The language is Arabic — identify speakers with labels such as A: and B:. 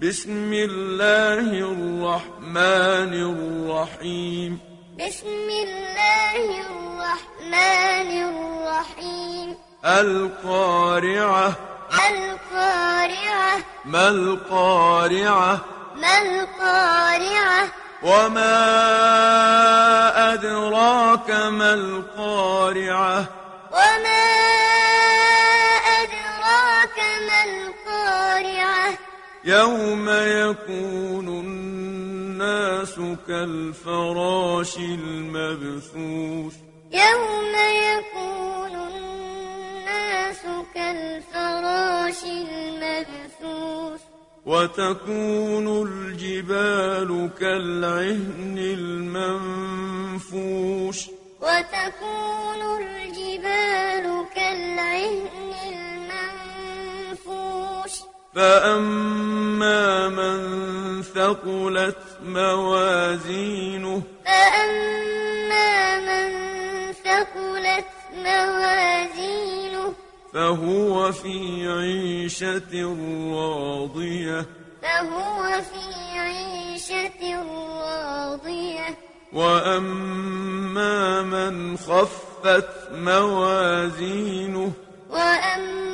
A: بسم الله الرحمن الرحيم
B: بسم الله الرحمن الرحيم
A: القارعة
B: القارعة
A: ما القارعة
B: ما القارعة
A: وما أدراك ما القارعة
B: وما أدراك ما القارعة
A: يوم يكون الناس كالفراش المبثوث
B: يوم يكون الناس كالفراش المبثوث
A: وتكون الجبال كالعهن المنفوش
B: وتكون الجبال كالعهن المنفوش
A: فأما من ثقلت موازينه
B: فأما من ثقلت موازينه
A: فهو في عيشة راضية
B: فهو في عيشة راضية
A: وأما من خفت موازينه
B: وأما